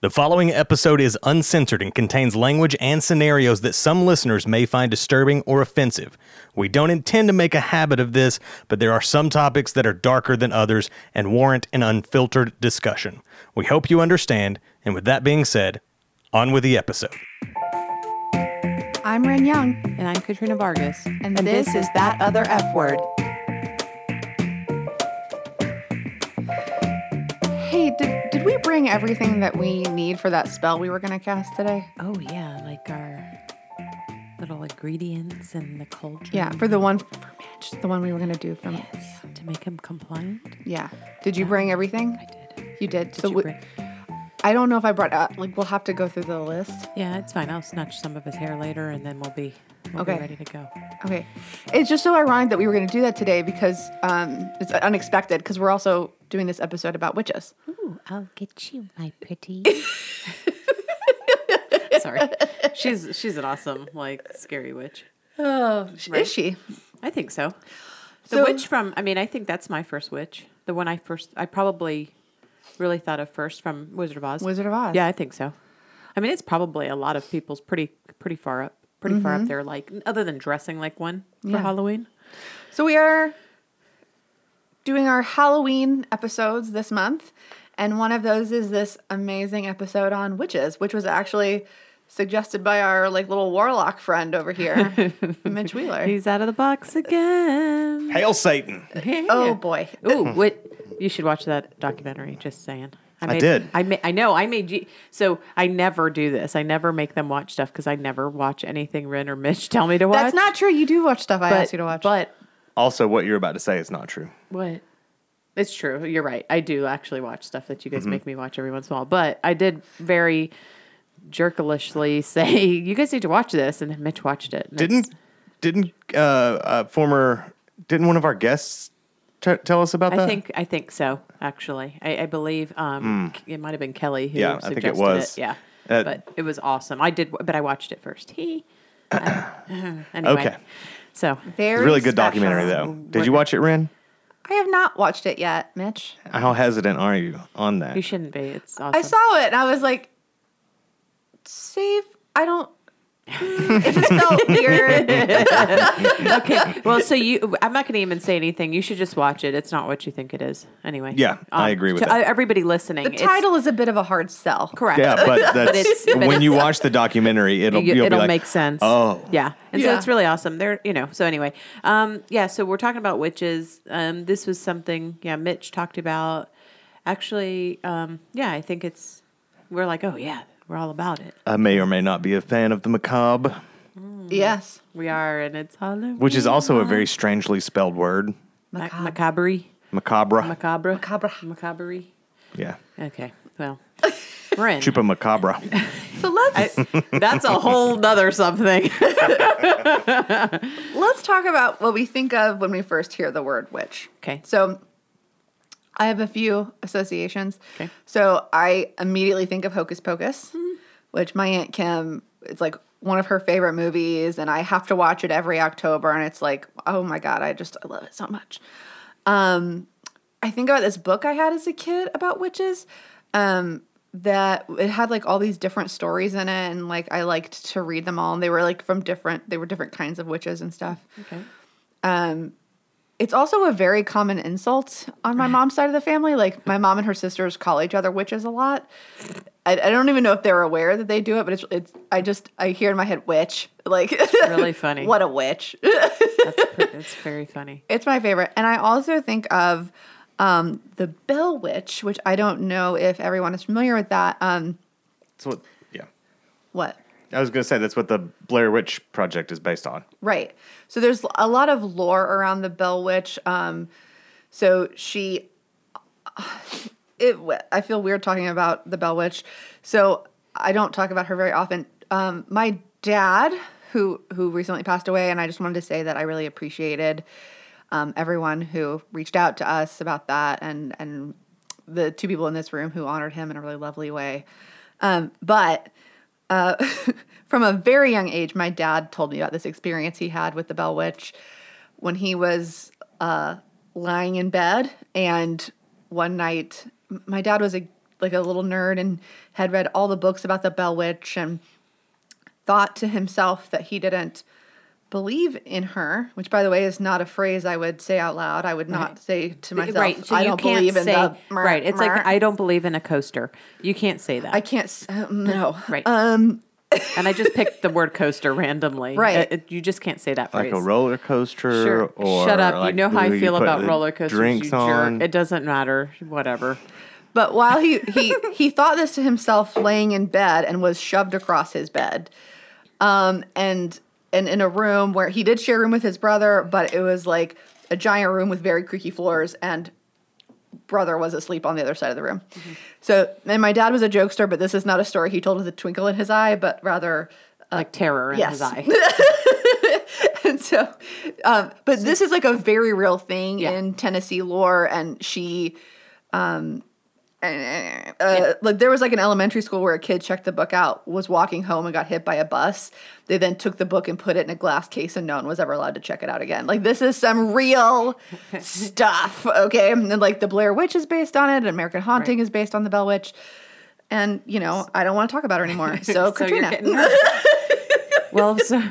The following episode is uncensored and contains language and scenarios that some listeners may find disturbing or offensive. We don't intend to make a habit of this, but there are some topics that are darker than others and warrant an unfiltered discussion. We hope you understand, and with that being said, on with the episode. I'm Ren Young, And I'm Katrina Vargas. and, this, is That Other F Word. Hey, did, did we bring everything that we need for that spell we were going to cast today? Oh, yeah, like our little ingredients and the culture. Yeah, for the one for match, the one we were going to do from. Yes, to make them compliant. Yeah. Did you bring everything? I did. You did. Did so you we- bring- I don't know if I brought up. Like, we'll have to go through the list. Yeah, it's fine. I'll snatch some of his hair later and then we'll be, we'll Okay. be ready to go. Okay. It's just so ironic that we were going to do that today because um, it's unexpected because we're also doing this episode about witches. Ooh, I'll get you, my pretty. Sorry. She's she's an awesome, like scary witch. Oh, right. is she? I think so. The So- witch from I mean, I think that's my first witch. The one I first I probably really thought of first from Wizard of Oz. Wizard of Oz. Yeah, I think so. I mean, it's probably a lot of people's pretty pretty far up, pretty far up there. Like other than dressing like one for Mm-hmm. Yeah. Halloween. So we are doing our Halloween episodes this month, and one of those is this amazing episode on witches, which was actually suggested by our like little warlock friend over here, Mitch Wheeler. He's out of the box again. Hail Satan! oh boy. Ooh, what you should watch that documentary. Just saying. I, made, did. I ma- I know. I made you. So I never do this. I never make them watch stuff because I never watch anything Ren or Mitch tell me to watch. That's not true. You do watch stuff I But, asked you to watch. But Also, what you're about to say is not true. What? It's true. You're right. I do actually watch stuff that you guys Mm-hmm. make me watch every once in a while. But I did very jerkalishly say, "You guys need to watch this," and then Mitch watched it. and Didn't didn't uh, uh, former didn't one of our guests t- tell us about I that? think I think so. Actually, I, I believe um, it might have been Kelly who Hmm. Yeah, I think it suggested was. Yeah, Uh, but it was awesome. I did, but I watched it first. He. anyway, Okay. so Very really good special. documentary though. Did you watch it, Ren? I have not watched it yet, Mitch. How hesitant are you on that? you shouldn't be. It's awesome. I saw it and I was like, save. I don't. Mm, it just felt weird. okay. Well, so you, I'm not going to even say anything. You should just watch it. It's not what you think it is. Anyway. Um, Yeah, I agree with to uh, that. Everybody listening, The title is a bit of a hard sell. correct. Yeah, but it's- that's but when you watch the documentary, it'll You- you'll be it'll like, make sense. Oh. yeah, and so Yeah. it's really awesome. There, you know. So anyway, um, yeah. So we're talking about witches. Um, this was something, yeah. Mitch talked about. Actually, um, yeah. I think it's we're like, oh yeah, we're all about it. I may or may not be a fan of the macabre, Yes. We are, and it's Halloween. which is also a very strangely spelled word, Ma- macabre, macabre. macabre, Macabre. macabre. yeah, Okay, well, we're in. chupa macabre. So let's That's a whole nother something. Let's talk about what we think of when we first hear the word witch. Okay. So I have a few associations. Okay. So I immediately think of Hocus Pocus, which my Aunt Kim, it's like one of her favorite movies, and I have to watch it every October. And it's like, oh my God, I just, I love it so much. Um, I think about this book I had as a kid about witches. Um, that it had like all these different stories in it, and like I liked to read them all, and they were like from different, they were different kinds of witches and stuff. okay. It's also a very common insult on my mom's side of the family. Like my mom and her sisters call each other witches a lot. I, I don't even know if they're aware that they do it, but it's it's. I just I hear in my head witch. Like Really funny. what a witch. That's, pre- that's very funny. It's my favorite. And I also think of um, the Bell Witch, which I don't know if everyone is familiar with that. Um, That's what. Yeah, what? I was gonna say that's what the Blair Witch Project is based on. Right. So there's a lot of lore around the Bell Witch. Um, so she, it. I feel weird talking about the Bell Witch. So I don't talk about her very often. Um, my dad, who who recently passed away, and I just wanted to say that I really appreciated um, everyone who reached out to us about that, and and the two people in this room who honored him in a really lovely way. Um, but uh, from a very young age, my dad told me about this experience he had with the Bell Witch when he was uh, lying in bed. And one night, m- my dad was a like a little nerd and had read all the books about the Bell Witch and thought to himself that he didn't believe in her, which by the way is not a phrase I would say out loud. I would not say to myself, right. So I you don't can't believe in say the mer- right. It's mer." like I don't believe in a coaster. You can't say that. I can't s- uh, no. right. Um. and I just picked the word coaster randomly. Right. Uh, it- you just can't say that Like phrase. a roller coaster Sure. or Shut up. like, you know how I do feel put about the roller coasters. Drinks you jerk. on. It doesn't matter. Whatever. But while he, he, he thought this to himself laying in bed and was shoved across his bed. Um, and, and in a room where he did share a room with his brother, but it was like a giant room with very creaky floors and brother was asleep on the other side of the room. So, and my dad was a jokester, but this is not a story he told with a twinkle in his eye, but rather, Like terror in his yes. eye. and so, um, but this is like a very real thing Yeah. in Tennessee lore, and she, um, uh, like there was like an elementary school where a kid checked the book out, was walking home and got hit by a bus. They then took the book and put it in a glass case, and no one was ever allowed to check it out again. Like this is some real stuff, okay? And like the Blair Witch is based on it, and American Haunting is based on the Bell Witch. And you know, I don't want to talk about her anymore. So, So you're Katrina, getting- well, so,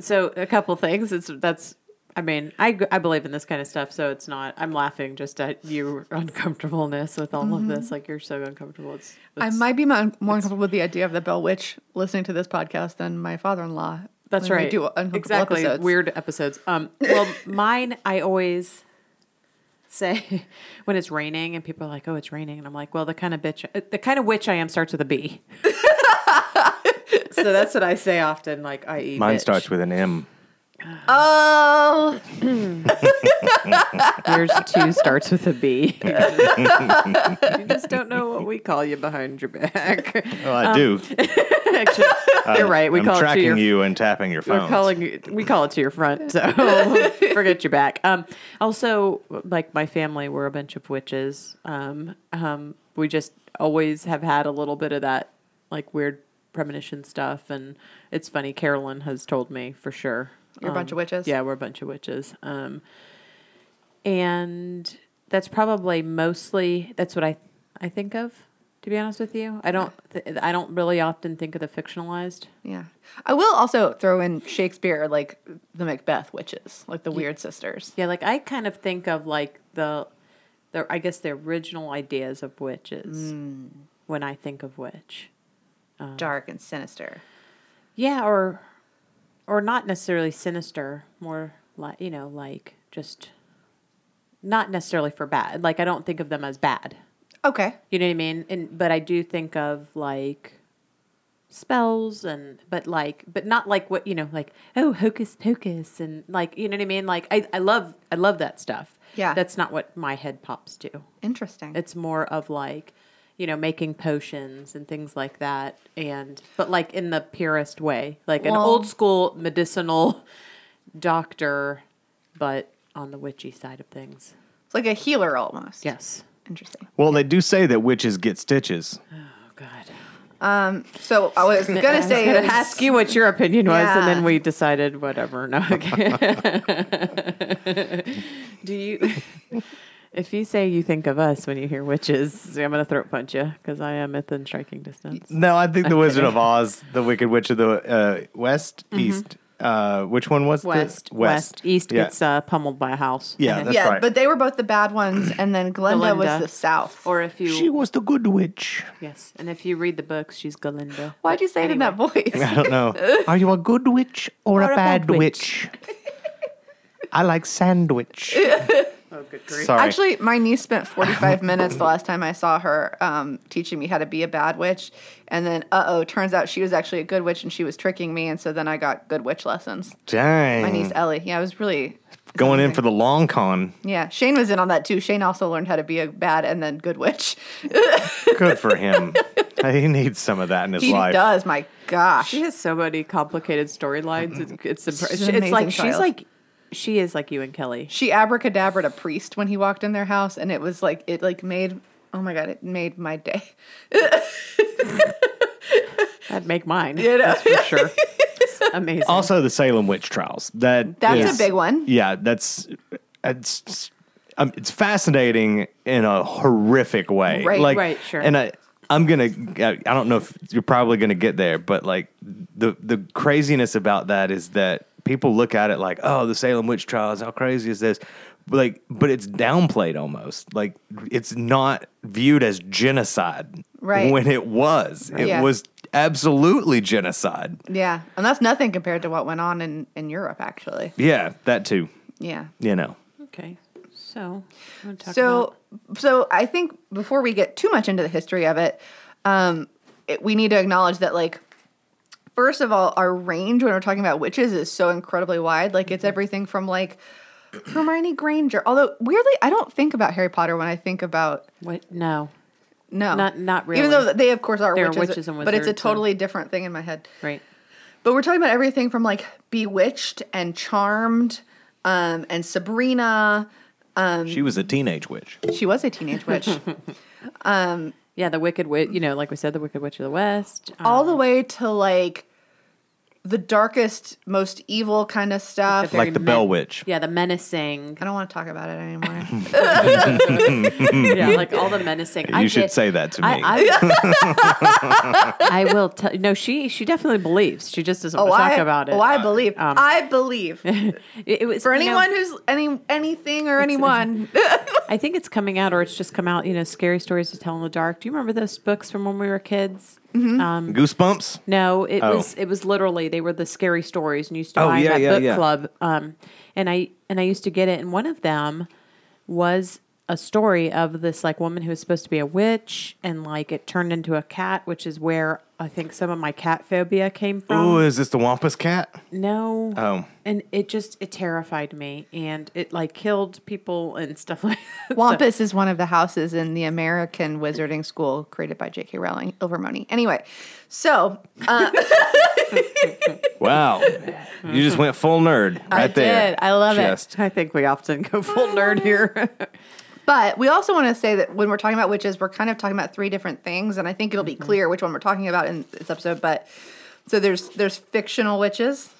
so a couple things. It's that's. I mean, I, g- I believe in this kind of stuff, so it's not. I'm laughing just at your uncomfortableness with all of this. Like you're so uncomfortable. It's, Mm-hmm. I it's- might be more more uncomfortable with the idea of the Bell Witch listening to this podcast than my father-in-law. That's when right. We do uncomfortable exactly episodes. weird episodes. Um, well, mine I always say when it's raining and people are like, "Oh, it's raining," and I'm like, "Well, the kind of bitch, uh, the kind of witch I am starts with a B." so that's what I say often. Like, I eat. Mine bitch. starts with an M. Oh, Yours too starts with a B. you just don't know what we call you behind your back. Oh, I do. Actually, you're right. We Uh, I'm call it to tracking your you and tapping your We're phone. calling it- we call it to your front, so forget your back. Um, also, like my family, we're a bunch of witches. Um, um, we just always have had a little bit of that like weird premonition stuff, and it's funny. Carolyn has told me for sure. You're a bunch Um, of witches? Yeah, we're a bunch of witches. Um, and that's probably mostly that's what I I think of. To be honest with you, I don't th- I don't really often think of the fictionalized. yeah. I will also throw in Shakespeare, like the Macbeth witches, like the weird sisters. Yeah, like I kind of think of like the, the I guess the original ideas of witches when I think of witch. Uh. Dark and sinister. Yeah, or or not necessarily sinister, more like you know, like just not necessarily for bad. Like I don't think of them as bad. Okay. You know what I mean? And but I do think of like spells and but like but not like what you know like oh hocus pocus and like you know what I mean like I I love I love that stuff. Yeah. That's not what my head pops to. Interesting. It's more of like you know making potions and things like that and but like in the purest way like an Well- old school medicinal doctor but on the witchy side of things. It's like a healer almost. Yes. Interesting. well, they do say that witches get stitches. Oh god. Um, So I was gonna say I was is- gonna ask you what your opinion was, and then Yeah. we decided whatever. No, okay. do you? If you say you think of us when you hear witches, I'm gonna throat punch you because I am within striking distance. No, I think the Wizard of Oz, the Wicked Witch of the uh, West, East. Uh, which one was the- Mm-hmm. West, west, east Yeah. gets uh, pummeled by a house. Yeah, And- that's yeah, right. but they were both the bad ones, and then Glinda, was Glinda. the South. or if you she was the good witch. yes, and if you read the books, she's Galinda. Why'd you say it in that voice? I don't know. Are you a good witch or, a, bad, witch? I like sandwich. Oh, good Sorry. Actually, my niece spent 45 minutes the last time I saw her um, teaching me how to be a bad witch. And then, uh oh, turns out she was actually a good witch and she was tricking me. And so then I got good witch lessons. dang. My niece uh, Ellie. Yeah, I was really. Going in for the long con. Yeah, Shane was in on that too. Shane also learned how to be a bad and then good witch. Good for him. he needs some of that in his He life. does, my gosh. She has so many complicated storylines. It's, it's, She's it's, an it's like amazing she's child. like she is like you and Kelly. She abracadabra a priest when he walked in their house, and it was like, it like made, oh my God, it made my day. That'd make mine. You know? That's for sure. Amazing. Also, the Salem witch trials. That That's is- a big one. Yeah, that's it's um, it's fascinating in a horrific way. Right, like, right, sure. And I I'm gonna. I I don't know if you're probably gonna get there, but like the the craziness about that is that people look at it like, oh, the Salem witch trials. How crazy is this? But like, but it's downplayed almost. Like it's not viewed as genocide. Right. When it was, it Yeah. was absolutely genocide. Yeah, and that's nothing compared to what went on in in Europe, actually. Yeah, that too. Yeah. You know. Okay. So, you wanna talk So, about- so I think before we get too much into the history of it, um, it, we need to acknowledge that, like, first of all, our range when we're talking about witches is so incredibly wide. Like, Mm-hmm. it's everything from like Hermione Granger. Although weirdly, I don't think about Harry Potter when I think about what? No. no, Not- not Even really. though they, of course, are They're witches, witches and but it's a wizards, so- totally different thing in my head. Right. But we're talking about everything from like Bewitched and Charmed, um, and Sabrina. She was a teenage witch. She was a teenage witch. Yeah, the Wicked Witch. You know, like we said, the Wicked Witch of the West. Um, all the way to like the darkest, most evil kind of stuff. very Like the Bell Witch. Yeah, the menacing. I don't want to talk about it anymore. yeah, like all the menacing. Mm. You should say that to I, me. I- I will tell. No, she she definitely believes. She just doesn't oh, want to I, talk about it. oh, I believe. I believe It, it was for you know, anyone who's any anything or anyone. I think it's coming out, or it's just come out. You know, scary stories to tell in the dark. Do you remember those books from when we were kids? Goosebumps. No, it Oh. was it was literally they were the scary stories, and you used to Oh, buy 'em yeah, at yeah, book yeah. club. Um, and I and I used to get it, and one of them was a story of this like woman who was supposed to be a witch, and like it turned into a cat, which is where I think some of my cat phobia came Um, from. Ooh, is this the Wampus Cat? No. Oh. And it just it terrified me, and it like killed people and stuff like. that. Wampus is one of the houses in the American Wizarding School created by J.K. Rowling over money. Anyway, so Wow. you just went full nerd right I there. did. I love it. Just. I think we often go full nerd here. But we also want to say that when we're talking about witches, we're kind of talking about three different things, and I think it'll be clear which one we're talking about in this episode. But so there's there's fictional witches,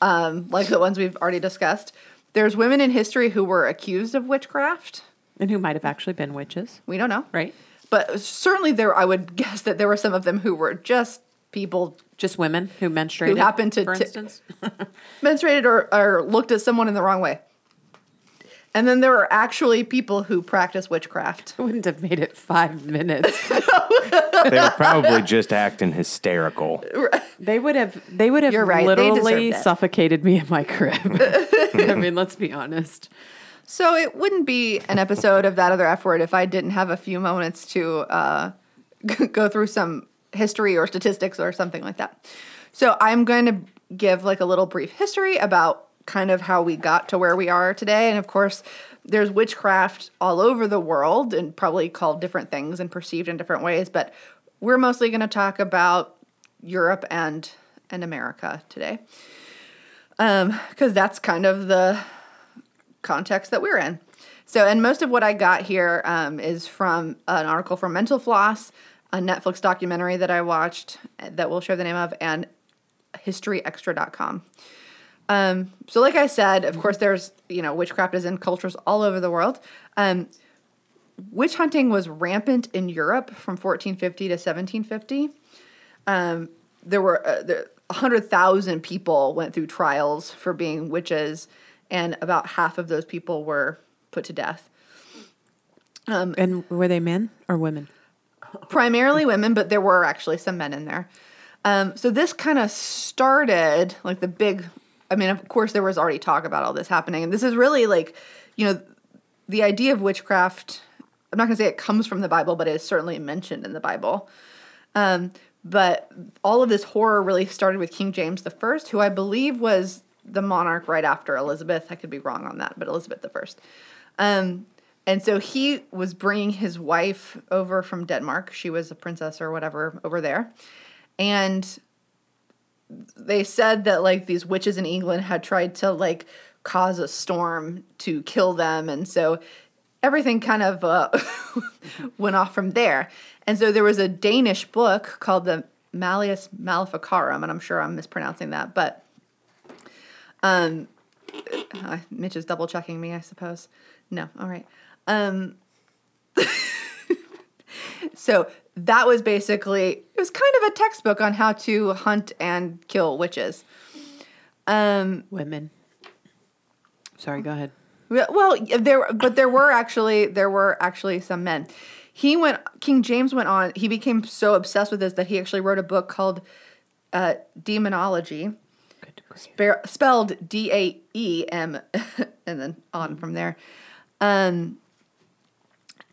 um, like the ones we've already discussed. There's women in history who were accused of witchcraft. and who might have actually been witches, We don't know, right? But certainly there, I would guess that there were some of them who were just people Just women who menstruated. happened to for t- instance. menstruated or, or looked at someone in the wrong way. And then there are actually people who practice witchcraft. wouldn't have made it five minutes. They were probably just acting hysterical. they would have. They would have You're right. They deserved literally it. suffocated me in my crib. I mean, let's be honest. So it wouldn't be an episode of that other F word if I didn't have a few moments to uh, go through some history or statistics or something like that. So I'm going to give like a little brief history about kind of how we got to where we are today. And of course, there's witchcraft all over the world and probably called different things and perceived in different ways. But we're mostly going to talk about Europe and and America today, because that's kind of the context that we're in. So, and most of what I got here um, is from an article from Mental Floss, a Netflix documentary that I watched that we'll share the name of, and historyextra.com. Um, so, like I said, of course, there's, you know, witchcraft is in cultures all over the world. Um, witch hunting was rampant in Europe from 1450 to 1750 there were uh, there, 100,000 people went through trials for being witches, and about half of those people were put to death. Um, And were they men or women? Primarily women, but there were actually some men in there. Um, so this kind of started like the big. I mean, of course, there was already talk about all this happening, and this is really like, you know, the idea of witchcraft. I'm not going to say it comes from the Bible, but it is certainly mentioned in the Bible. Um, but all of this horror really started with King James the First, who I believe was the monarch right after Elizabeth. I could be wrong on that, but Elizabeth the First. Um, and so he was bringing his wife over from Denmark. She was a princess or whatever over there, and they said that like these witches in England had tried to like cause a storm to kill them, and so everything kind of uh, went off from there. And so there was a Danish book called the Malleus Maleficarum, and I'm sure I'm mispronouncing that, but um, uh, Mitch is double checking me, I suppose. No, all right. Um, So that was basically it was kind of a textbook on how to hunt and kill witches. Um, Women. Sorry, go ahead. Yeah, Well, there, but there were actually there were actually some men. He went. King James went on. He became so obsessed with this that he actually wrote a book called uh, Demonology, Good grief. spare- spelled D A E M, and then on from there. Um,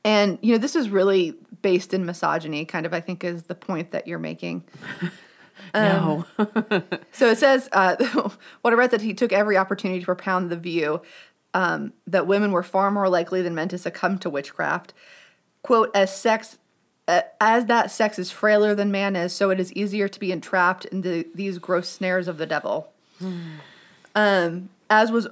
and you know, this is really based in misogyny. Kind of, I think, is the point that you're making. Um, no. So it says, uh, what I read that he took every opportunity to propound the view um, that women were far more likely than men to succumb to witchcraft. Quote, as sex, uh, as that sex is frailer than man is, so it is easier to be entrapped in the, these gross snares of the devil. um, as was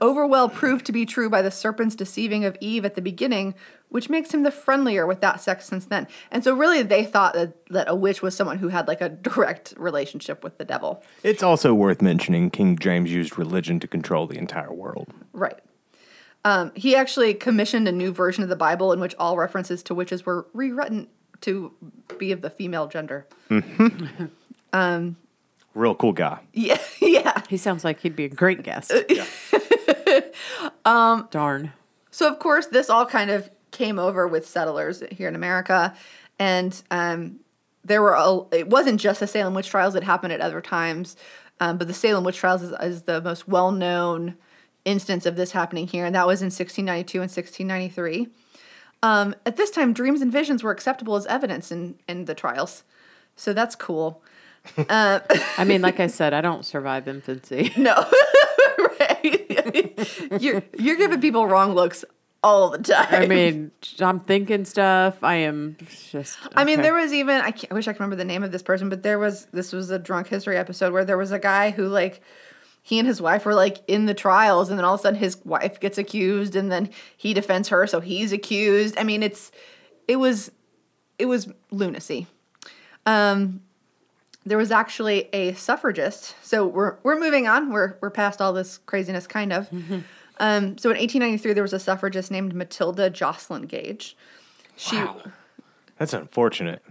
overwell proved to be true by the serpent's deceiving of Eve at the beginning, which makes him the friendlier with that sex since then. And so, really, they thought that, that a witch was someone who had like a direct relationship with the devil. It's also worth mentioning King James used religion to control the entire world. Right. Um, he actually commissioned a new version of the Bible in which all references to witches were rewritten to be of the female gender. Real cool guy. Yeah, yeah. He sounds like he'd be a great guest. um, Darn. So, of course, this all kind of came over with settlers here in America. And um, there were, a, it wasn't just the Salem witch trials that happened at other times, um, but the Salem witch trials is, is the most well known instance of this happening here. And that was in 1692 and 1693. Um, at this time, dreams and visions were acceptable as evidence in, in the trials. So that's cool. I mean, like I said, I don't survive infancy. No, right? you're, you're giving people wrong looks all the time. I mean, I'm thinking stuff. I am just. I mean, okay. there was even I, can't, I wish I could remember the name of this person, but there was this was a drunk history episode where there was a guy who like he and his wife were like in the trials, and then all of a sudden his wife gets accused, and then he defends her, so he's accused. I mean, it's it was it was lunacy. Um, there was actually a suffragist. So we're we're moving on. We're we're past all this craziness, kind of. Um, so in 1893, there was a suffragist named Matilda Jocelyn Gage. She That's unfortunate.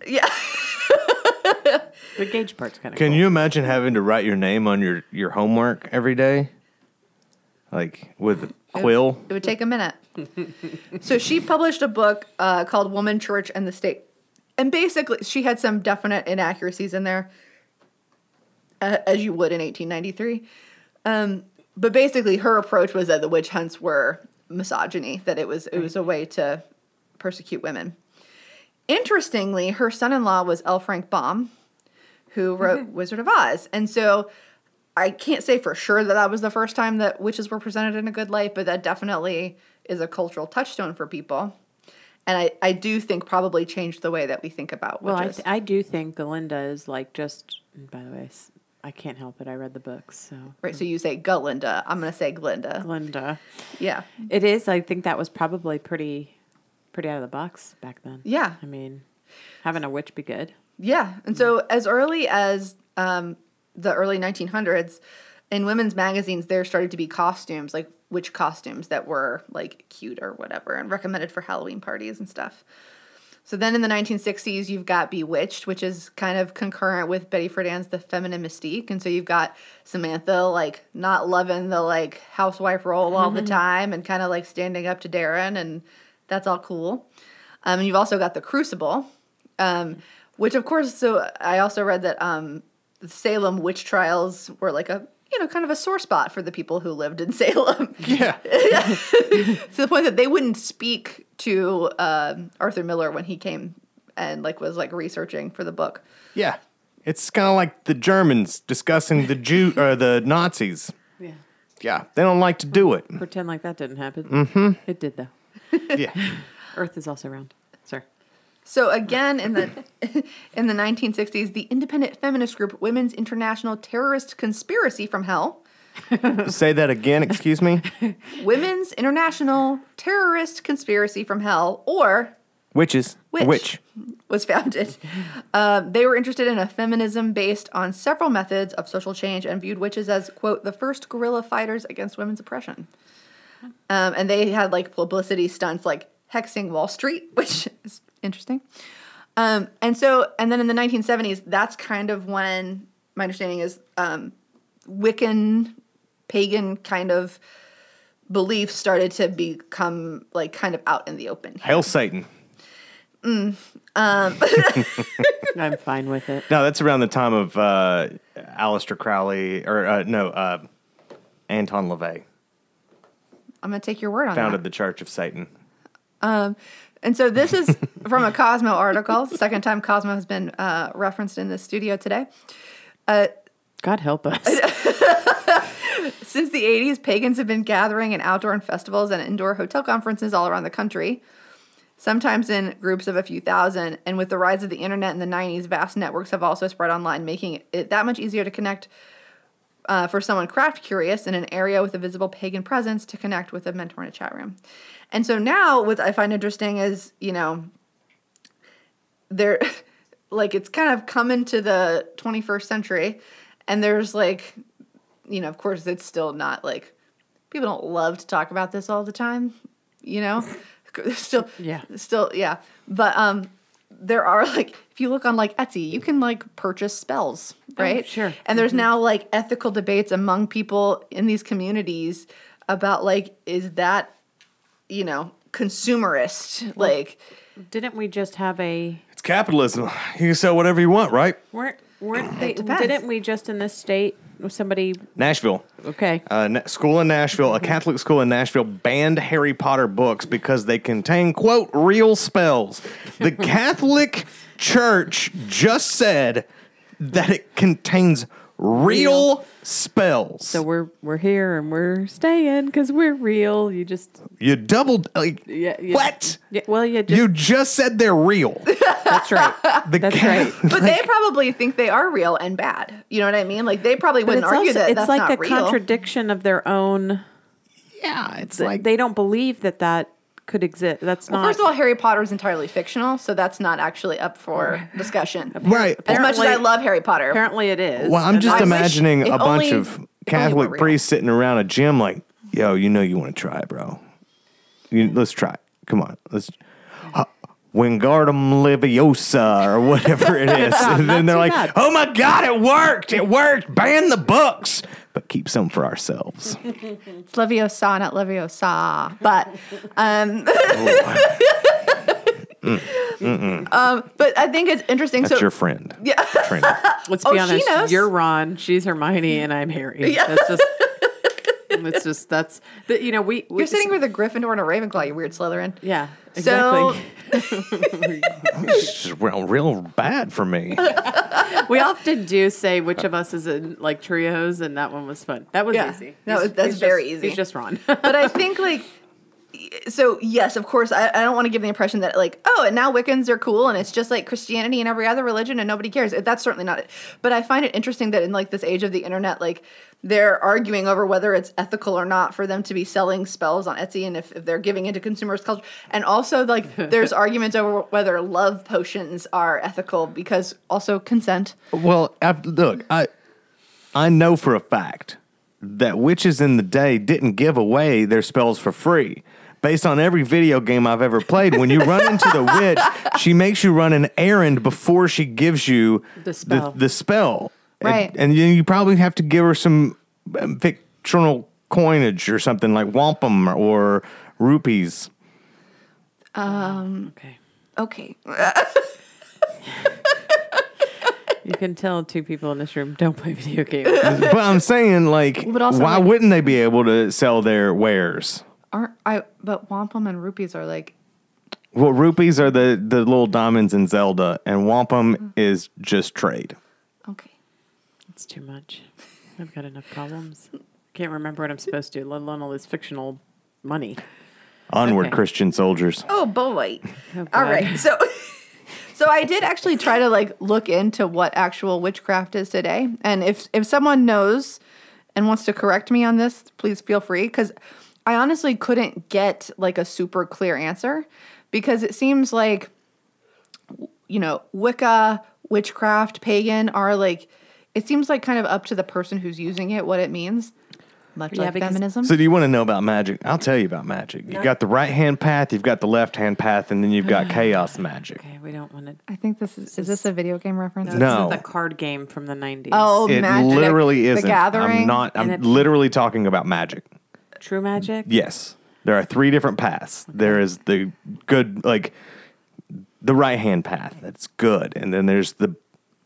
The gauge part's kind of Can cool. you imagine having to write your name on your, your homework every day? Like with a quill? It would take a minute. so she published a book uh, called Woman, Church, and the State. And basically, she had some definite inaccuracies in there, uh, as you would in 1893. Um, but basically, her approach was that the witch hunts were misogyny; that it was it was Mm-hmm. a way to persecute women. Interestingly, her son-in-law was L. Frank Baum, who wrote Mm-hmm. Wizard of Oz, and so I can't say for sure that that was the first time that witches were presented in a good light, but that definitely is a cultural touchstone for people. And I, I do think probably changed the way that we think about Well, I, witches. th- I do think Glinda is like just. and By the way, s- I can't help it. I read the books, so right, so you say Glinda. I'm going to say Glinda. Glinda. Yeah. It is. I think that was probably pretty, pretty out of the box back then. Yeah. I mean, having a witch be good. Yeah. And so as early as um, the early 1900s, in women's magazines, there started to be costumes, like witch costumes that were like cute or whatever and recommended for Halloween parties and stuff. So then in the 1960s, you've got Bewitched, which is kind of concurrent with Betty Friedan's The Feminine Mystique. And so you've got Samantha, like, not loving the, like, housewife role all the time and kind of, like, standing up to Darren. And that's all cool. Um, and you've also got The Crucible, um, which, of course, so I also read that um, the Salem witch trials were, like, a, you know, kind of a sore spot for the people who lived in Salem Yeah. to the point that they wouldn't speak to um, Arthur Miller when he came and like was like researching for the book. Yeah. It's kind of like the Germans discussing the Jew or the Nazis. Yeah. Yeah. They don't like to do it. Pretend like that didn't happen. Mm-hmm. It did though. Yeah. Earth is also round, sir. So again, in the in the 1960s, the independent feminist group Women's International Terrorist Conspiracy from Hell, Say that again, excuse me. Women's International Terrorist Conspiracy from Hell, or Witches. Witch. Witch. was founded. Uh, they were interested in a feminism based on several methods of social change and viewed witches as, quote, the first guerrilla fighters against women's oppression. Um, and they had like publicity stunts like hexing Wall Street, which is Interesting. Um, and so, and then in the 1970s, that's kind of when my understanding is um, Wiccan, pagan kind of beliefs started to become like kind of out in the open. Hail Satan. I'm fine with it. No, that's around the time of uh, Aleister Crowley, or uh, no, uh, Anton LaVey I'm gonna take your word on that. founded the Church of Satan. And so this is from a Cosmo article. Second time Cosmo has been uh, referenced in the studio today. God help us. Since the 80s, pagans have been gathering in outdoor and festivals and indoor hotel conferences all around the country, sometimes in groups of a few thousand. And with the rise of the internet in the 90s, vast networks have also spread online, making it that much easier to connect uh, for someone craft curious in an area with a visible pagan presence to connect with a mentor in a chat room. And so now, what I find interesting is, you know, there like it's kind of come into the 21st century and there's like you know of course it's still not like people don't love to talk about this all the time you know still Yeah. still yeah but um there are like if you look on like Etsy you can like purchase spells right Oh, sure. Mm-hmm. and there's now like ethical debates among people in these communities about like is that you know consumerist like Didn't we just have a It's capitalism. You can sell whatever you want, right? weren't weren't they? depends. Didn't we just in this state somebody? Nashville. Okay, A Uh, na- school in Nashville, a Catholic school in Nashville, banned Harry Potter books because they contain, quote, real spells. The Catholic Church just said that it contains real, spells. so we're we're here and we're staying because we're real. You just you doubled, like, yeah, you- what? Yeah, well, you just You just said they're real. that's right. The That's Ca- right. But they probably think they are real and bad. You know what I mean? Like they probably But wouldn't it's argue also that it's that's like not a real. contradiction of their own. Yeah, it's th- like they don't believe that that could exist. That's Well, not. first of all, Harry Potter is entirely fictional, so that's not actually up for discussion. right. As much as I Apparently- love Harry Potter, apparently, it is. Well, I'm And just I that's- wish- imagining if a bunch only- if of only it were Catholic real. priests sitting around a gym, like, "Yo, you know you want to try, it, bro. You, let's try. it. Come on, let's." Ha- Wingardium Leviosa or whatever it is, and then they're like, bad. "Oh my God, it worked! It worked! Ban the books, but keep some for ourselves." it's Leviosa, not Leviosa. But um, Oh, but I think it's interesting. That's so your friend. Yeah, Trina. Let's be Oh, she honest. knows. You're Ron. She's Hermione, and I'm Harry. That's just. It's just that's that you know we you're sitting with a Gryffindor and a Ravenclaw, you weird Slytherin. yeah So- exactly It's just real, real bad for me. we often do say which of us is in like trios and that one was fun that was Yeah. easy No, He's- that's he's very just- easy. he's just Ron but I think like so yes, of course, I, I don't want to give the impression that like, oh, and now Wiccans are cool and it's just like Christianity and every other religion and nobody cares. That's certainly not it. But I find it interesting that in like this age of the internet, like they're arguing over whether it's ethical or not for them to be selling spells on Etsy and if, if they're giving into consumers culture. And also like there's arguments over whether love potions are ethical because also consent. Well, I, look, I I know for a fact that witches in the day didn't give away their spells for free. Based on every video game I've ever played, when you run into the witch, she makes you run an errand before she gives you The spell. The, spell. And- Right. And, then you probably have to give her some um, fictional coinage or something like wampum or rupees. okay Okay. you can tell two people in this room don't play video games but I'm saying, like, But also, why like- wouldn't they be able to sell their wares? Aren't I but wampum and rupees are like Well, rupees are the, the little diamonds in Zelda, and wampum is just trade. okay. It's too much. I've got enough problems. Can't remember what I'm supposed to, let alone all this fictional money. Onward, Okay. Christian soldiers. Oh boy. All God. right. So so I did actually try to like look into what actual witchcraft is today. And if if someone knows and wants to correct me on this, please feel free cuz I honestly couldn't get like a super clear answer because it seems like you know, Wicca, witchcraft, pagan are like it seems like kind of up to the person who's using it what it means. much Yeah, like because- feminism. So, do you want to know about magic? I'll tell you about magic. You got the right hand path, you've got the left hand path, and then you've Ah, got chaos magic. Okay, we don't want to. I think this is is this a video game reference? No. the card game from the nineties. Oh, It magic. literally the isn't. Gathering. I'm not. and I'm it- literally talking about magic. True Magic. Yes, there are three different paths. There is the good, like the right hand path. That's good, and then there's the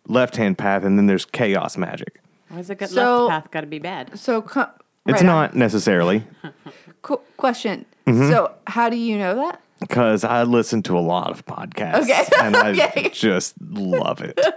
left hand path, and then there's chaos magic. Why's a good So- Oh, left path got to be bad? So co- It's right on. not Mm-hmm. necessarily Qu- question. So how do you know that? because I listen to a lot of podcasts, Okay. and I Okay. just love it. Uh,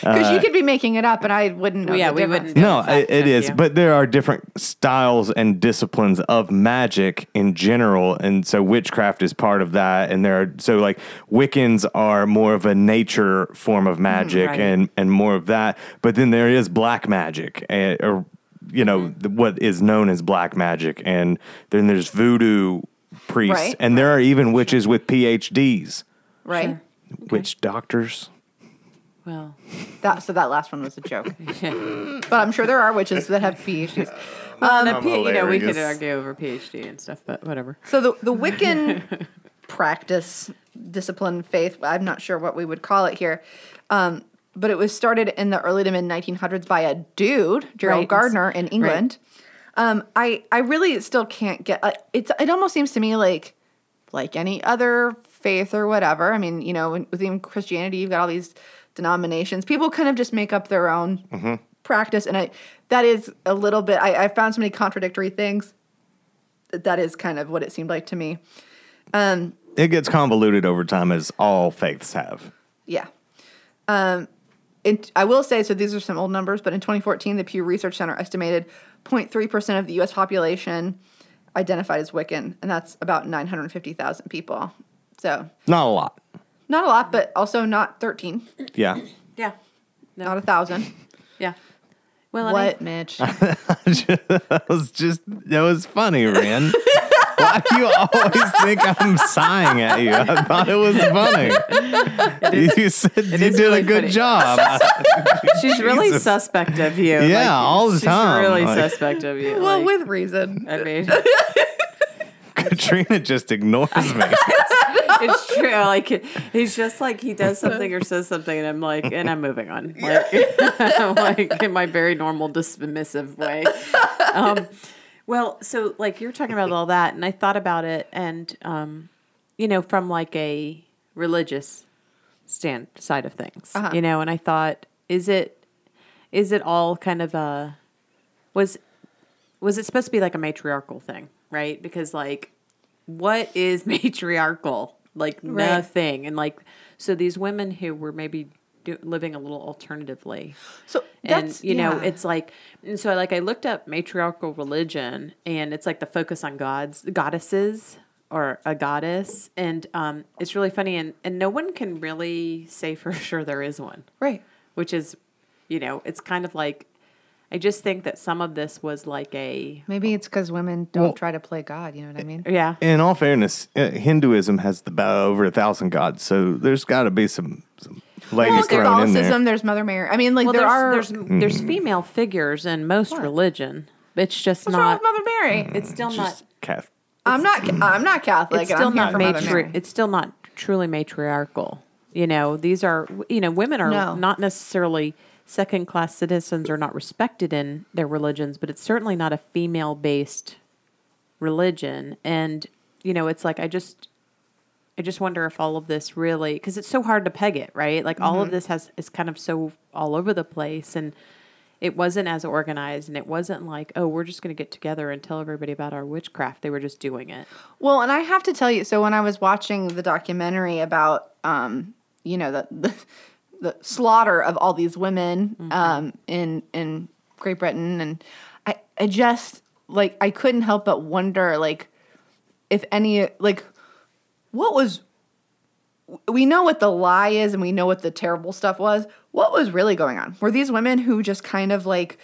Because you could be making it up, and I wouldn't know. Oh, yeah, the we difference. wouldn't. No, know i that, it no, is, yeah. but there are different styles and disciplines of magic in general, and so witchcraft is part of that. And there are so like Wiccans are more of a nature form Mm, of magic, right. and and more of that. But then there is black magic, and, or you Mm. know the- what is known as black magic, and then there's voodoo priests, Right. and there are even witches with PhDs, Right. Sure. witch doctors. well, Um, That so that last one was a joke. but I'm sure there are witches that have PhDs. and a P- you know, we could hilarious. argue over PhD and stuff, but whatever. So the the Wiccan practice, discipline, faith. I'm not sure what we would call it here. Um, but it was started in the early to mid 1900s by a dude, Gerald Right. Gardner, in England. Um, I I really still can't get uh, it's. It almost seems to me like like any other faith or whatever. I mean, you know, in- within Christianity, you've got all these denominations. People kind of just make up their own practice, and I that is a little bit. I, I found so many contradictory things. That that is kind of what it seemed like to me. It gets convoluted over time, as all faiths have. Yeah. Um, it, I will say, so these are some old numbers, but in 2014, the Pew Research Center estimated 0.3% of the U.S. population identified as Wiccan, and that's about 950,000 people. So Not a lot. not a lot, but also not 13, Yeah. Yeah, not a 1,000. yeah. Well, and I- What, Mitch? that was just that was funny, Ren. Why do you always think I'm sighing at you? I thought it was funny. you said you did really a good funny. job. she's really Jesus. suspect of you. Yeah, all the she's time, Really like- suspect of you. well, like, with reason. I mean, Katrina just ignores me. it's true. Like he's just like he does something or says something, and I'm like, and I'm moving on. Like, like in my very normal dismissive way. Um, well, so like you're talking about all that, and I thought about it, and um, you know, from like a religious stand side of things, you know, and I thought, is it is it all kind of a was was it supposed to be like a matriarchal thing, right? Because like what is matriarchal? Like Right. nothing. And like so these women who were maybe do, living a little alternatively. So And that's, you know, yeah. it's like and so like I looked up matriarchal religion and it's like the focus on gods, goddesses or a goddess and um it's really funny and and no one can really say for sure there is one right. which is you know it's kind of like i just think that some of this was like a Maybe it's because women don't try to play God. You know what I mean? yeah In all fairness, uh, Hinduism has about over a thousand gods, so there's got to be some, some ladies Well, thrown in there. Catholicism, there's Mother Mary. I mean, like well there there's, are. there's there's female figures in most religion it's just what's wrong not with Mother Mary? it's still not Just Cath- I'm not. I'm not Catholic. it's and still I'm here not for Mother matri- Mary. it's still not truly matriarchal you know these are you know women are No. not necessarily second class citizens or not respected in their religions but it's certainly not a female based religion and you know it's like i just i just wonder if all of this really because it's so hard to peg it right like all Mm-hmm. of this has is kind of so all over the place and it wasn't as organized and it wasn't like oh we're just going to get together and tell everybody about our witchcraft they were just doing it Well, and I have to tell you, so when I was watching the documentary about, um, you know, the, the the slaughter of all these women um, in in Great Britain, and I, I just like I couldn't help but wonder, like, if any, like, what was we know what the lie is and we know what the terrible stuff was. What was really going on? Were these women who just kind of like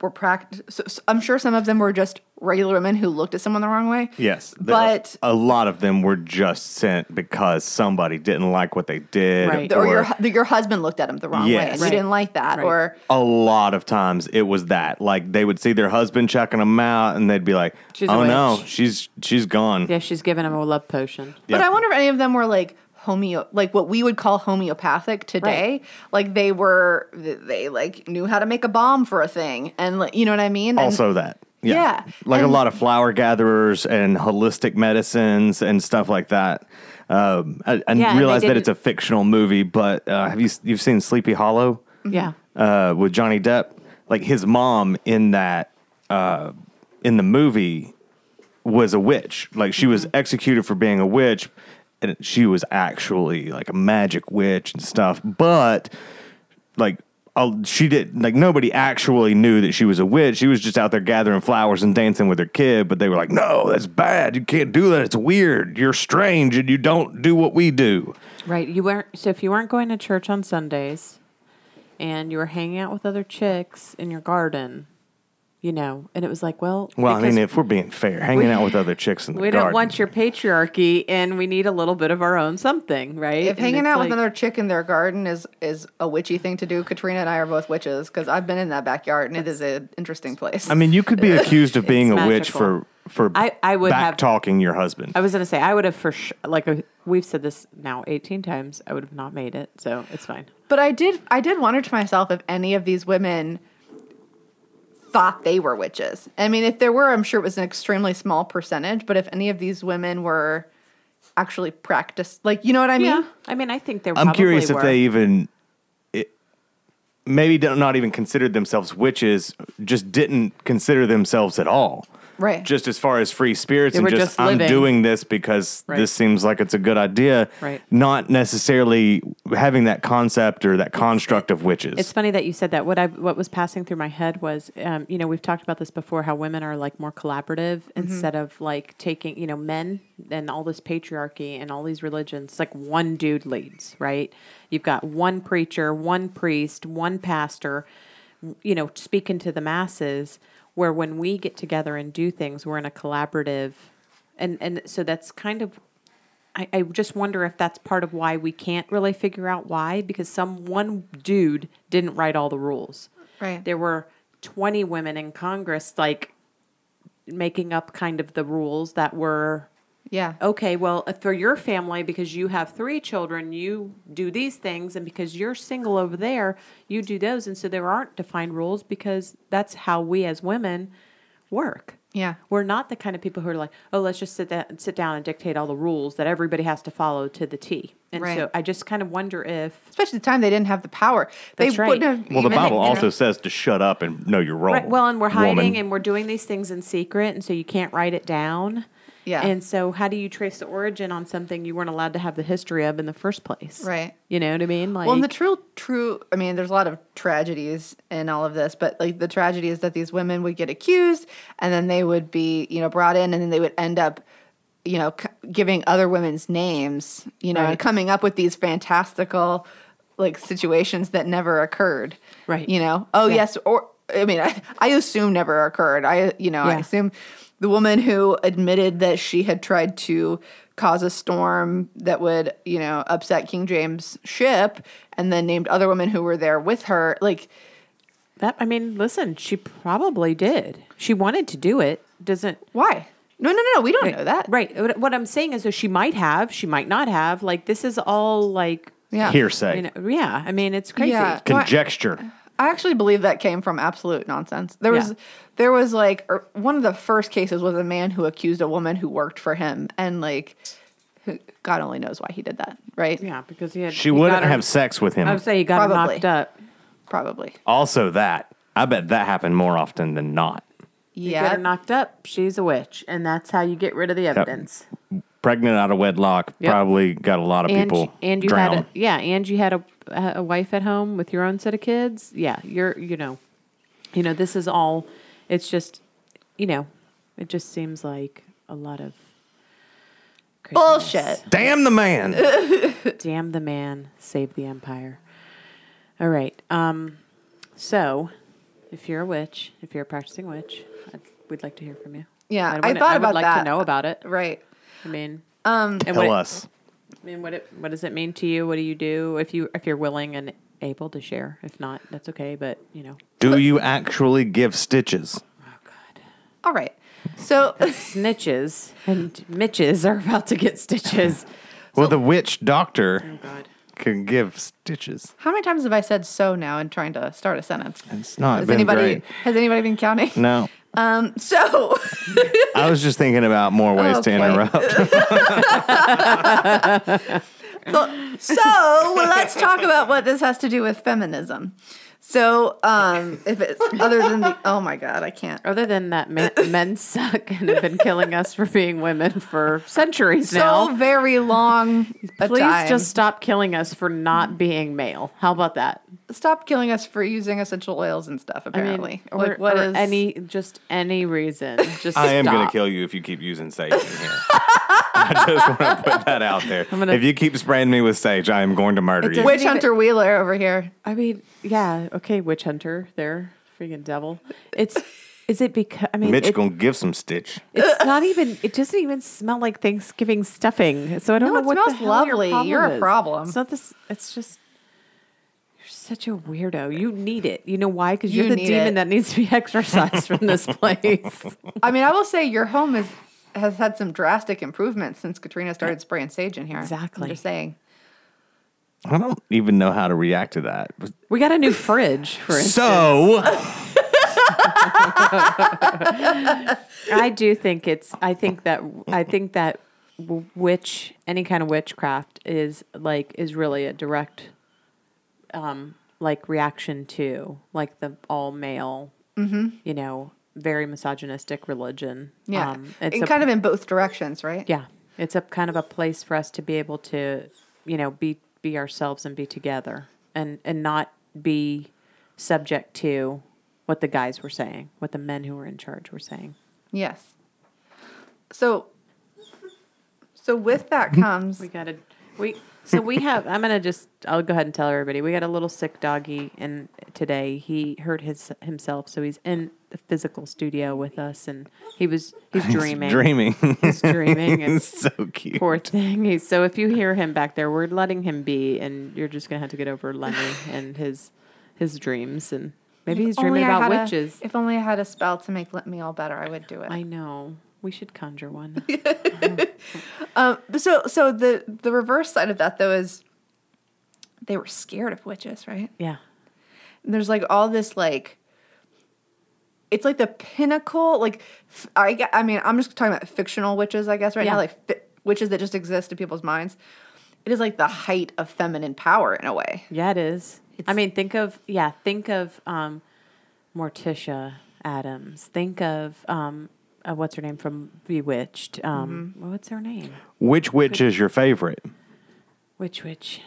were practice. So, so I'm sure some of them were just regular women who looked at someone the wrong way. Yes, the- But- a lot of them were just sent because somebody didn't like what they did, Right. or, your hu- your husband looked at him the wrong way Yes. and Right. you didn't like that Right. or a lot of times it was that. Like they would see their husband checking them out, and they'd be like, She's a "Oh no, witch." she's she's gone." Yeah, she's giving him a love potion. but Yeah. i wonder if any of them were like homeo like what we would call homeopathic today like they were th- they like knew how to make a bomb for a thing and like you know what i mean And- Also that. Yeah. Like a And- lot of flower gatherers and holistic medicines and stuff like that. Um, I, I Yeah, and they realize that it's a didn't- fictional movie, but uh, have you you've seen Sleepy Hollow? Mm-hmm. Yeah. uh, with Johnny Depp, like his mom in that uh, in the movie was a witch. Like she Mm-hmm. was executed for being a witch, and she was actually like a magic witch and stuff. But like i she did, like nobody actually knew that she was a witch. She was just out there gathering flowers and dancing with her kid. But they were like, "No, that's bad. You can't do that. It's weird. You're strange, and you don't do what we do." Right. You weren't so if you weren't going to church on Sundays and you were hanging out with other chicks in your garden, you know, and it was like, well, Well, I because mean, if we're being fair, hanging out with other chicks in the we garden. don't want your patriarchy and we need a little bit of our own something, right? if And hanging it's out like- with another chick in their garden is is a witchy thing to do katrina and i are both witches because i've been in that backyard and it is an interesting place I mean, you could be accused of being a It's witch magical. for for I- I would back have- talking your husband. I was gonna say I would have for sure, like uh, we've said this now eighteen times. I would have not made it, so it's fine. But I did I did wonder to myself if any of these women thought they were witches. I mean, if there were, I'm sure it was an extremely small percentage, but if any of these women were actually practiced, like, you know what I mean? Yeah, I mean, I think there. I'm probably curious if were. they even it, maybe don't, not even considered themselves witches, just didn't consider themselves at all. Right. Just as far as free spirits They and were just, just I'm living. doing this because Right. this seems like it's a good idea. Right. Not necessarily having that concept or that construct of witches. It's funny that you said that. What I what was passing through my head was, um, you know, we've talked about this before. How women are like more collaborative instead of like taking, you know, men and all this patriarchy and all these religions. It's like one dude leads, right? You've got one preacher, one priest, one pastor, you know, speaking to the masses. Where when we get together and do things, we're in a collaborative, and and so that's kind of I, I just wonder if that's part of why we can't really figure out why because some one dude didn't write all the rules. Right. There were 20 women in Congress like making up kind of the rules that were Yeah. okay, well, if for your family because you have 3 children, you do these things and because you're single over there, you do those and so there aren't defined rules because that's how we as women work Yeah. we're not the kind of people who are like, oh, let's just sit down, sit down and dictate all the rules that everybody has to follow to the T. And Right. so I just kind of wonder if Especially the time they didn't have the power. They That's right. wouldn't have well, the even- Bible you know, also says to shut up and know your role. Right. Well, and we're hiding Oh, woman. and we're doing these things in secret, and so you can't write it down. Yeah. And so, how do you trace the origin on something you weren't allowed to have the history of in the first place? Right. You know what I mean? Like, Well, and the true, true. I mean, there's a lot of tragedies in all of this, but like the tragedy is that these women would get accused, and then they would be, you know, brought in, and then they would end up, you know, c- giving other women's names, you know, Right. and coming up with these fantastical, like situations that never occurred. Right. You know. Oh Yeah. yes. Or I mean, I, I assume never occurred. I you know I Yeah. assume the woman who admitted that she had tried to cause a storm that would you know upset King James' ship, and then named other women who were there with her. Like that, I mean, listen, she probably did. She wanted to do it. Doesn't why? No, no, no, no. We don't know that. right? What- What I'm saying is, that she might have, she might not have. Like, this is all like Yeah. hearsay, You know, yeah, I mean it's crazy. Yeah. Well, I- conjecture. I actually believe that came from absolute nonsense. There was, Yeah. there was like er, one of the first cases was a man who accused a woman who worked for him, and like, who, God only knows why he did that, right? Yeah, because he had She he got wouldn't her- have sex with him. I would say he got her Probably. knocked up. Probably. Also, that I bet that happened more often than not. You get her Yeah. knocked up. She's a witch, and that's how you get rid of the evidence. Pregnant out of wedlock Yep. probably got a lot of And people and you drowned. had a, yeah, and you had a a wife at home with your own set of kids. Yeah, you're you know, you know this is all. It's just you know, it just seems like a lot of craziness. Bullshit. Damn the man! Damn the man, save the empire. All right. Um, so If you're a witch, if you're a practicing witch, I'd, we'd like to hear from you. Yeah, I wouldn't- thought would about like that. to know about it. Right. I mean, um, and what Tell it- us. I mean, what it, what does it mean to you? What do you do if you if you're willing and able to share? If not, that's okay. But you know, Do you actually give stitches? oh god, All right. So snitches and Mitches are about to get stitches. Oh, Well, the witch doctor God, can give stitches. how many times have I said so now in trying to start a sentence? It's not Has been anybody great. has anybody been counting? No, Um so I was just thinking about more ways Okay. to interrupt. so let's talk about what this has to do with feminism. So um if it's other than the oh my god, I can't. other than that, men, men suck and have been killing us for being women for centuries So now. very long. a Please time. just stop killing us for not being male. How about that? stop killing us for using essential oils and stuff. Apparently, I mean, like or, what or is any just any reason? Just I am going stop. to kill you if you keep using sage in here. I just want to put that out there. gonna- if you keep spraying me with sage, I am going to murder It you. does- Witch Hunter Wheeler over here. I mean, yeah, okay, witch hunter, there, freaking devil. It's is it because I mean, Mitch it- gonna give some stitch. it's not even. It doesn't even smell like Thanksgiving stuffing. So I don't No, know it what the smells hell lovely. Your problem You're a is. problem. It's not this. It's just. You're such a weirdo. You need it. You know why? Because You you're the need demon it. that needs to be exorcised from this place. I mean, I will say your home is has had some drastic improvements since Katrina started spraying sage in here. Exactly. I'm just saying. I don't even know how to react to that. We got a new fridge. For instance. So I do think it's. I think that. I think that w- witch, any kind of witchcraft, is like is really a direct, um, like reaction to like the all male, you know, very misogynistic religion. Mm-hmm. Yeah, um, it's and a, kind of in both directions, right? yeah, it's a kind of a place for us to be able to, you know, be be ourselves and be together, and and not be subject to what the guys were saying, what the men who were in charge were saying. Yes. So. So with that comes Mm-hmm. We got a we so we have I'm gonna just I'll go ahead and tell everybody we got a little sick doggy and today he hurt his himself so he's in the physical studio with us and he was he's dreaming dreaming. he's dreaming and It's so cute. poor thing he's so if you hear him back there we're letting him be and you're just gonna have to get over Lenny and his his dreams and maybe he's dreaming Only I about had a- witches if only I had a spell to make let me all better, I would do it. I know we should conjure one But so so the the reverse side of that though is they were scared of witches, right? yeah And there's like all this like it's like the pinnacle like f- I gue- I mean I'm just talking about fictional witches I guess right Yeah. now like fi- witches that just exist in people's minds. It is like the height of feminine power in a way. Yeah, it is. I mean, think of yeah, think of um, Morticia Adams. Think of um, uh, what's her name from Bewitched. Um, What's her name? Which witch is your favorite? Witch Witch.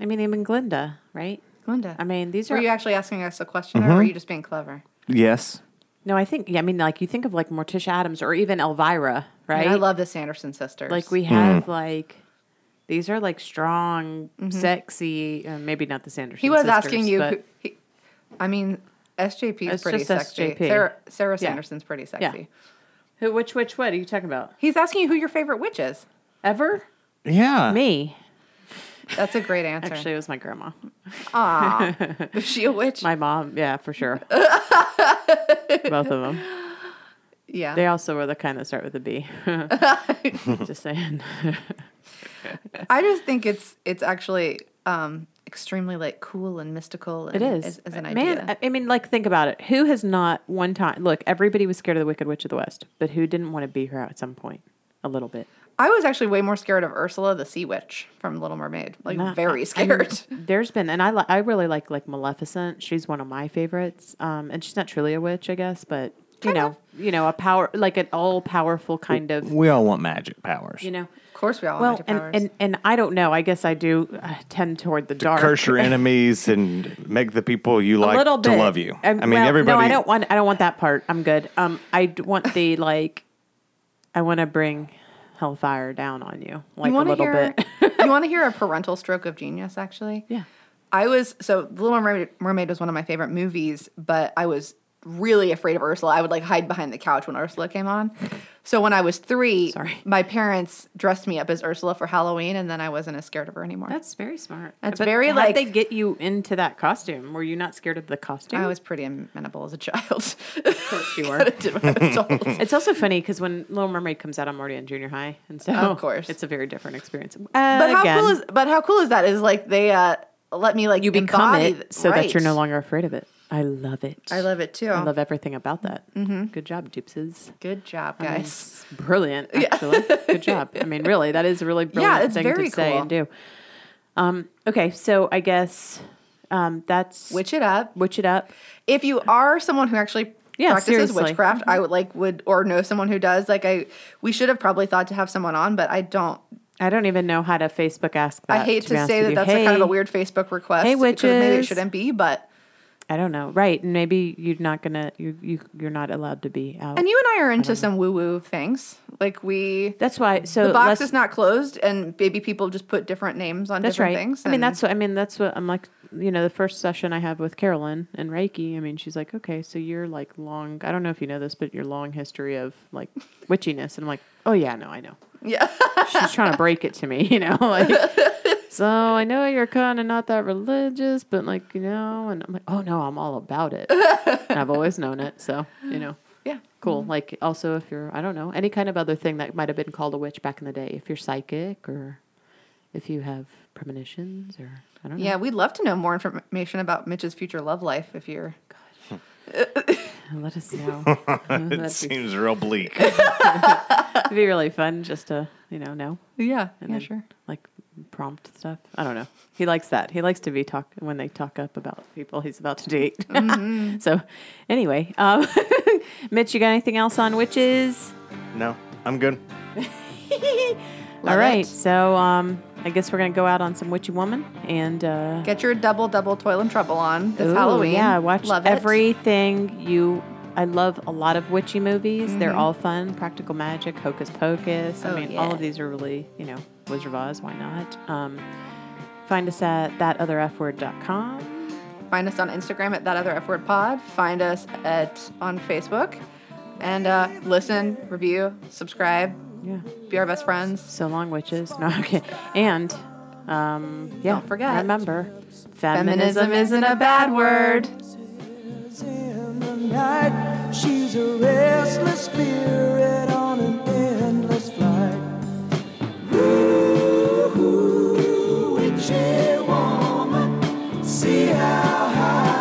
I mean, even Glinda, right? Glinda, I mean, these were are Mm-hmm. you actually asking us a question or were you just being clever? Yes. no. I think yeah. I mean, like you think of like Morticia Adams or even Elvira, I, right? mean, I love the Sanderson sisters. Like we have like these are like strong, sexy. Uh, maybe not the Sanderson. He was sisters, asking you. but- Who, he, I mean, SJP is It's pretty just sexy. SJP. Sarah, Sarah Yeah. Sanderson's pretty sexy. who, which, which, what are you talking about? He's asking you who your favorite witch is. Ever Yeah. me? That's a great answer. Actually, it was my grandma. Aw. is she a witch? My mom, yeah, for sure. Both of them. yeah. They also were the kind that start with a B. Just saying. I just think it's it's actually um, extremely like cool and mystical. And, It is. as, as an idea. Man, I- I mean, like, think about it. Who has not one time, look, everybody was scared of the Wicked Witch of the West, but who didn't want to be her at some point? A little bit. I was actually way more scared of Ursula the Sea Witch from Little Mermaid. Like Not- I- I very mean, scared. there's been, and I, li- I really like, like, Maleficent. She's one of my favorites. Um, and she's not truly a witch, I guess, but, you Kind know, of. you know, a power, like an all powerful kind of, We all want magic powers. you know. of course, we all Well, want magic and, powers. and and I don't know. I guess I do uh, tend toward the dark. Curse your enemies and make the people you a like little to bit. love you. I Um, mean, well, everybody. No, I don't want. I don't want that part. I'm good. Um, I d- want the like. I want to bring hellfire down on you, like you a want to little hear? bit. you want to hear a parental stroke of genius? Actually, yeah. I was so The Little Mermaid, Mermaid was one of my favorite movies, but I was really afraid of Ursula. I would like hide behind the couch when Ursula came on. So when I was three, Sorry. my parents dressed me up as Ursula for Halloween, and then I wasn't as scared of her anymore. That's very smart. That's very, how'd like- they get you into that costume. Were you not scared of the costume? I was pretty amenable as a child. of course you I were. did what I was told. It's also funny because when Little Mermaid comes out, I'm already in junior high, and so Of course. it's a very different experience. But how Again, cool is but how cool is that? Is like they uh, let me like you become embody it th- so that you're right. no longer afraid of it? I love it. I love it too. Mm-hmm. I love everything about that. Good job, Dupses. Good job, guys. It's brilliant, actually. Good job. I mean, really, that is a really brilliant it's thing very to say cool. and do. Um, okay, so I guess um, that's Witch it up. witch it up. if you are someone who actually Yeah, practices seriously. Mm-hmm. witchcraft, I would like would or know someone who does. Like I, we should have probably thought to have someone on, but I don't. I don't even know how to Facebook ask that. I hate be to honest say with that you. that's a kind of a Hey, weird Facebook request. Hey, because Maybe it witches. shouldn't be, but I don't know. Right? and Maybe you're not gonna. You you you're not allowed to be out. and you and I are Um, into some woo woo things. Like we, that's why. So the box let's- is not closed, and maybe people just put different names on That's different right. things. I mean, and- that's what I mean. That's what I'm like. You know, the first session I have with Carolyn and Reiki. I mean, she's like, okay, so you're like long. I don't know if you know this, but your long history of like witchiness, and I'm like, oh yeah, no, I know. yeah. She's trying to break it to me, you know. Like, so I know you're kind of not that religious, but like you know, and I'm like, oh no, I'm all about it. and I've always known it, so you know. yeah. Cool. Like also if you're I don't know, any kind of other thing that might have been called a witch back in the day, if you're psychic or if you have premonitions or I don't know. Yeah, we'd love to know more information about Mitch's future love life if you're Let us know. That'd It be, seems real bleak. it'd be really fun just to, you know, know. Yeah, And then, Like prompt stuff. I don't know. He likes that. He likes to be talk when they talk up about people he's about to date. Mm-hmm. so anyway, um, Mitch, you got anything else on witches? No, I'm good. All Love right. it. So um, I guess we're gonna go out on some witchy woman and uh, Get your double double toil and trouble on this Ooh, Halloween. Yeah, watch Love it. everything you. I love a lot of witchy movies. They're all fun. Practical Magic, Hocus Pocus. I Mm-hmm. Oh, mean, all yeah. of these are really, you know, Wizard of Oz. Why not? Um, find us at thatotherfword.com. Find us on Instagram at that other F word pod. Find us at on Facebook, and uh, listen, review, subscribe, Yeah. be our best friends. So long, witches. No, okay. And um, yeah, Don't forget. Remember, Feminism isn't a bad word. in the night. She's a restless spirit on an endless flight. Ooh, witchy woman, see how high.